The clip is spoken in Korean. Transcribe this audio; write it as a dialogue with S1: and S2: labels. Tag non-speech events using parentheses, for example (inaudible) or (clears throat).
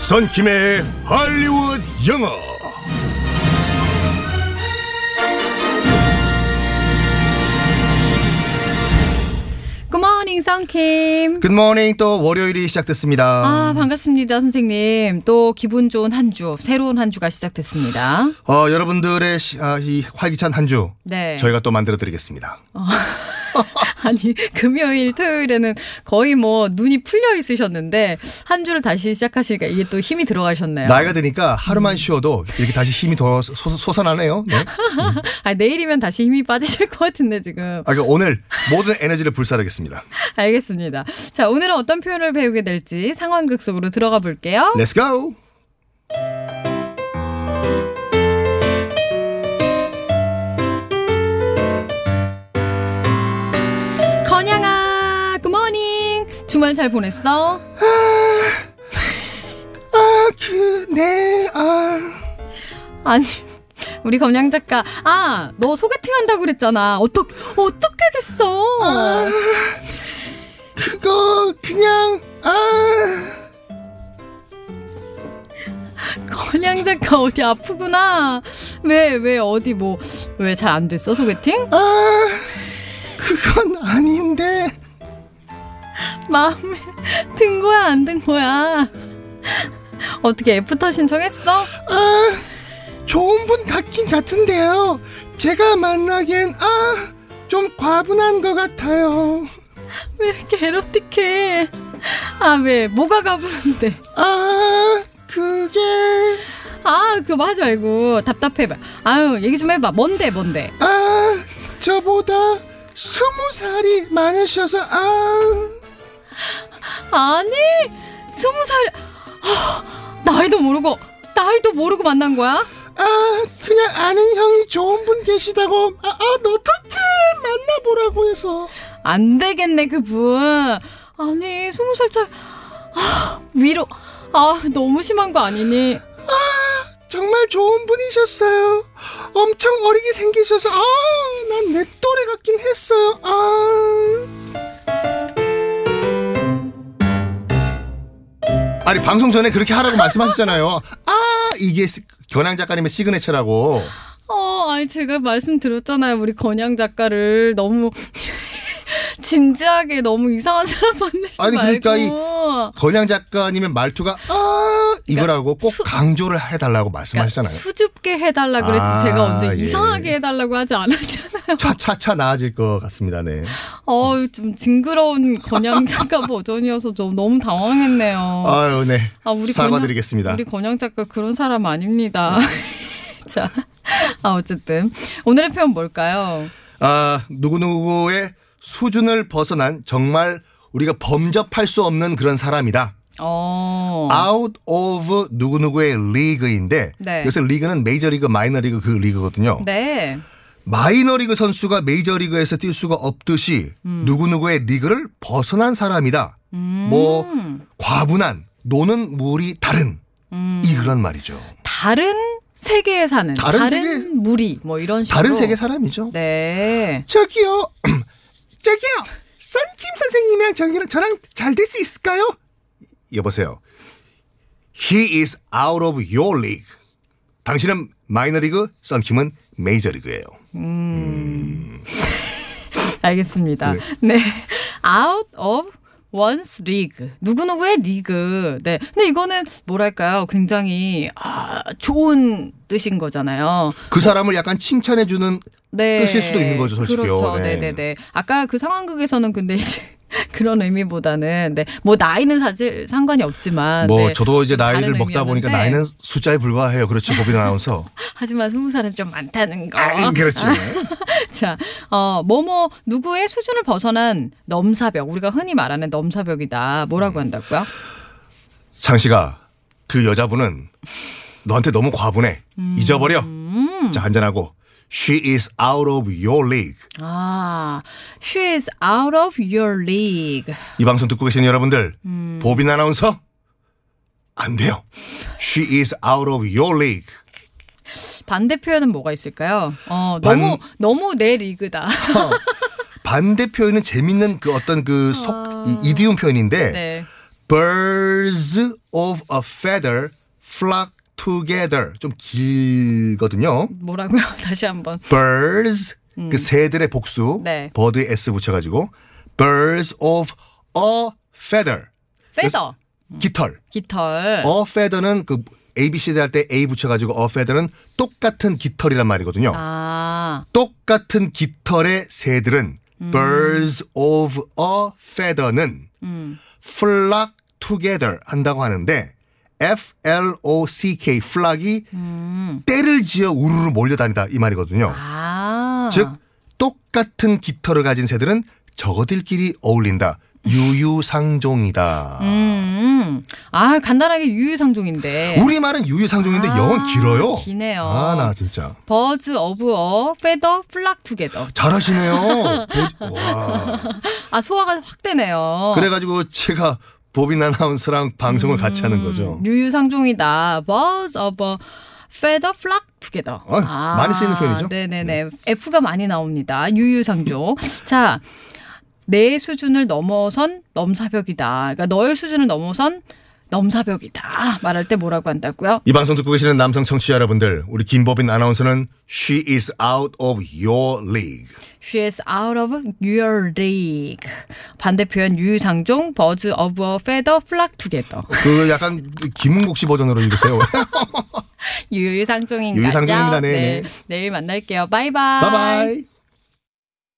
S1: 선킴의 할리우드 영어.
S2: 굿모닝 썬킴.
S1: 굿모닝 또 월요일이 시작됐습니다.
S2: 아 반갑습니다 선생님. 또 기분 좋은 한 주, 새로운 한 주가 시작됐습니다.
S1: 어, 여러분들의 시- 아, 이 활기찬 한 주
S2: 네.
S1: 저희가 또 만들어 드리겠습니다.
S2: (laughs) 아니 금요일, 토요일에는 거의 뭐 눈이 풀려 있으셨는데 한 주를 다시 시작하시니까 이게 또 힘이 들어가셨네요.
S1: 나이가 드니까 하루만 쉬어도 이렇게 다시 힘이 더 솟- 솟아나네요. 네.
S2: 아 내일이면 다시 힘이 빠지실 것 같은데 지금.
S1: 아, 그 오늘 모든 에너지를 불사르겠습니다.
S2: 알겠습니다. 자 오늘은 어떤 표현을 배우게 될지 상황극 속으로 들어가 볼게요.
S1: Let's go. 네.
S2: 건양아, 굿모닝. 주말 잘 보냈어?
S1: 아, 그, 네, 아.
S2: 아니 (laughs) 우리 검양 작가 아 너 소개팅 한다고 그랬잖아 어떻게 어떻게 됐어
S1: 그거, 그냥, 아.
S2: 검양 작가 어디 아프구나 왜 왜 어디 뭐 왜 잘 안 됐어 소개팅
S1: 아, 그건 아닌데.
S2: 마음에 (laughs) 든 거야 안 든 거야 어떻게 애프터 신청했어
S1: 아, 좋은 분 같긴 같은데요. 제가 만나기엔, 아, 좀 과분한 것 같아요.
S2: 왜 이렇게 에로틱해 아 왜 뭐가 가부는데
S1: 아, 그게.
S2: 아 그거 하지 말고 답답해봐 아유 얘기 좀 해봐 뭔데 뭔데
S1: 아, 저보다 스무 살이 많으셔서, 아.
S2: 아니 스무 살 아, 나이도 모르고 나이도 모르고 만난 거야?
S1: 아, 그냥 아는 형이 좋은 분 계시다고, 아, 아, 너 어떻게 만나보라고 해서.
S2: 안 되겠네 그분 아니 스무 살 차. 아, 위로 아 너무 심한 거 아니니
S1: 정말 좋은 분이셨어요. 엄청 어리게 생기셔서 아, 난 내 또래 같긴 했어요. 아. 아니 방송 전에 그렇게 하라고 말씀하셨잖아요. 아 이게 시- 견양 작가님의 시그네처라고.
S2: 어 아니 제가 말씀드렸잖아요 우리 건양 작가를 너무 (laughs) 진지하게 너무 이상한 사람 만나지
S1: 아니,
S2: 말고
S1: 그러니까 건양 작가님의 말투가 아 이거라고 꼭 강조를 해달라고 말씀하셨잖아요.
S2: 그러니까 수줍게 해달라 그랬지
S1: 아,
S2: 제가 언제
S1: 예.
S2: 이상하게 해달라고 하지 않았잖아요
S1: 그러니까 차차차 나아질 것 같습니다. 네.
S2: 어우, 좀 징그러운
S1: (laughs)
S2: 건양 작가 버전이어서 좀 너무 당황했네요. 아,
S1: 아유 네.
S2: 우리
S1: 사과드리겠습니다.
S2: 건양, 우리 건양 작가 그런 사람 아닙니다.
S1: 네.
S2: (laughs) 자, 아, 어쨌든. 오늘의 표현 뭘까요?
S1: 아, 누구누구의 수준을 벗어난 정말 우리가 범접할 수 없는 그런 사람이다.
S2: 어,
S1: out of 누구누구의 리그인데
S2: 네.
S1: 요새 리그는 메이저리그, 마이너리그 그 리그거든요.
S2: 네.
S1: 마이너리그 선수가 메이저리그에서 뛸 수가 없듯이 누구누구의 리그를 벗어난 사람이다.
S2: 음,
S1: 뭐 과분한 노는 물이 다른
S2: 음,
S1: 이 그런 말이죠.
S2: 다른 세계에 사는
S1: 다른
S2: 다른,
S1: 세계?
S2: 무리, 뭐 이런 식으로.
S1: 다른 세계 사람이죠.
S2: 네.
S1: 저기요. (clears throat) 저기요. 썬팀 선생님이랑 저기랑 저랑 잘 될 수 있을까요? 여보세요. He is out of your league. 당신은 마이너리그, 썬킴은 메이저리그예요.
S2: 알겠습니다. 네. out of one's league. 누구누구의 리그. 네. 근데 이거는 뭐랄까요? 굉장히 아, 좋은 뜻인 거잖아요.
S1: 그 사람을 약간 칭찬해 주는
S2: 네.
S1: 뜻일 수도 있는 거죠, 솔직히요.
S2: 그렇죠.
S1: 네.
S2: 네, 네, 네. 아까 그 상황극에서는 근데 이제 (laughs) 그런 의미보다는 네. 뭐 나이는 사실 상관이 없지만
S1: 뭐
S2: 네.
S1: 저도 이제 나이를
S2: 다른
S1: 먹다 보니까
S2: 의미였는데.
S1: 나이는 숫자에 불과해요. 그렇죠. 고빈 (laughs) 아나운서.
S2: 하지만 스무 살은 좀 많다는 거.
S1: 그렇죠.
S2: (laughs) 자, 어, 뭐뭐 누구의 수준을 벗어난 넘사벽. 우리가 흔히 말하는 넘사벽이다. 뭐라고
S1: 음.
S2: 한다고요?
S1: 장 씨가 그 여자분은 너한테 너무 과분해. 잊어버려.
S2: 음.
S1: 자, 한잔하고. She is out of your league.
S2: 아, she is out of your league.
S1: 이 방송 듣고 계신 여러분들 보빈 아나운서 안 돼요. She is out of your league.
S2: 반대 표현은 뭐가 있을까요? 어,
S1: 반-
S2: 너무 너무 내 리그다. (laughs)
S1: 반대 표현은 재밌는 그 어떤 그 속 이디움 표현인데
S2: 네.
S1: birds of a feather flock together. 좀 길거든요.
S2: 뭐라고요? (laughs) 다시 한번.
S1: birds 그 새들의 복수
S2: 네.
S1: bird s 붙여가지고 birds of a feather
S2: 페더.
S1: 깃털
S2: 깃털.
S1: a feather는 그 ABCD 할 때 A 붙여가지고 a feather는 똑같은 깃털이란 말이거든요.
S2: 아.
S1: 똑같은 깃털의 새들은
S2: 음.
S1: birds of a feather는
S2: 음.
S1: flock together 한다고 하는데 F L O C K flock이 때를 지어 우르르 몰려다니다 이 말이거든요.
S2: 음. 아.
S1: 즉 똑같은 깃털을 가진 새들은 저거들끼리 어울린다. 유유상종이다.
S2: 음. 아, 간단하게 유유상종인데.
S1: 우리 말은 유유상종인데
S2: 예. 아,
S1: 영은 길어요.
S2: 기네요.
S1: 아 나 진짜
S2: 버즈 오브 어 페더 플락 투게더.
S1: 잘하시네요. 보-
S2: (laughs)
S1: 와.
S2: 아, 소화가 확 되네요.
S1: 그래가지고 제가 보빈 아나운서랑
S2: 음.
S1: 방송을 같이 하는 거죠.
S2: 유유상종이다. 버즈 오브 어 페더 플락 투게더.
S1: 어, 많이 쓰이는 표현이죠.
S2: 아, 네네네. F가 많이 나옵니다. 유유상종. (laughs) 자, 내 수준을 넘어선 넘사벽이다. 그러니까 너의 수준을 넘어선 넘사벽이다. 말할 때 뭐라고 한다고요?
S1: 이 방송 듣고 계시는 남성 청취자 여러분들, 우리 김보빈 아나운서는 she is out of your league.
S2: She is out of your league. 반대 표현 유유상종, 버즈 오브 어 페더 플락 (laughs) 투게더.
S1: 그 약간 김은국 씨 버전으로
S2: (laughs)
S1: 읽으세요.
S2: 유유상종인 거죠?
S1: 유유상종입니다. 네,
S2: 네.
S1: 네.
S2: 내일 만날게요. 바이바이.
S1: 바이바이.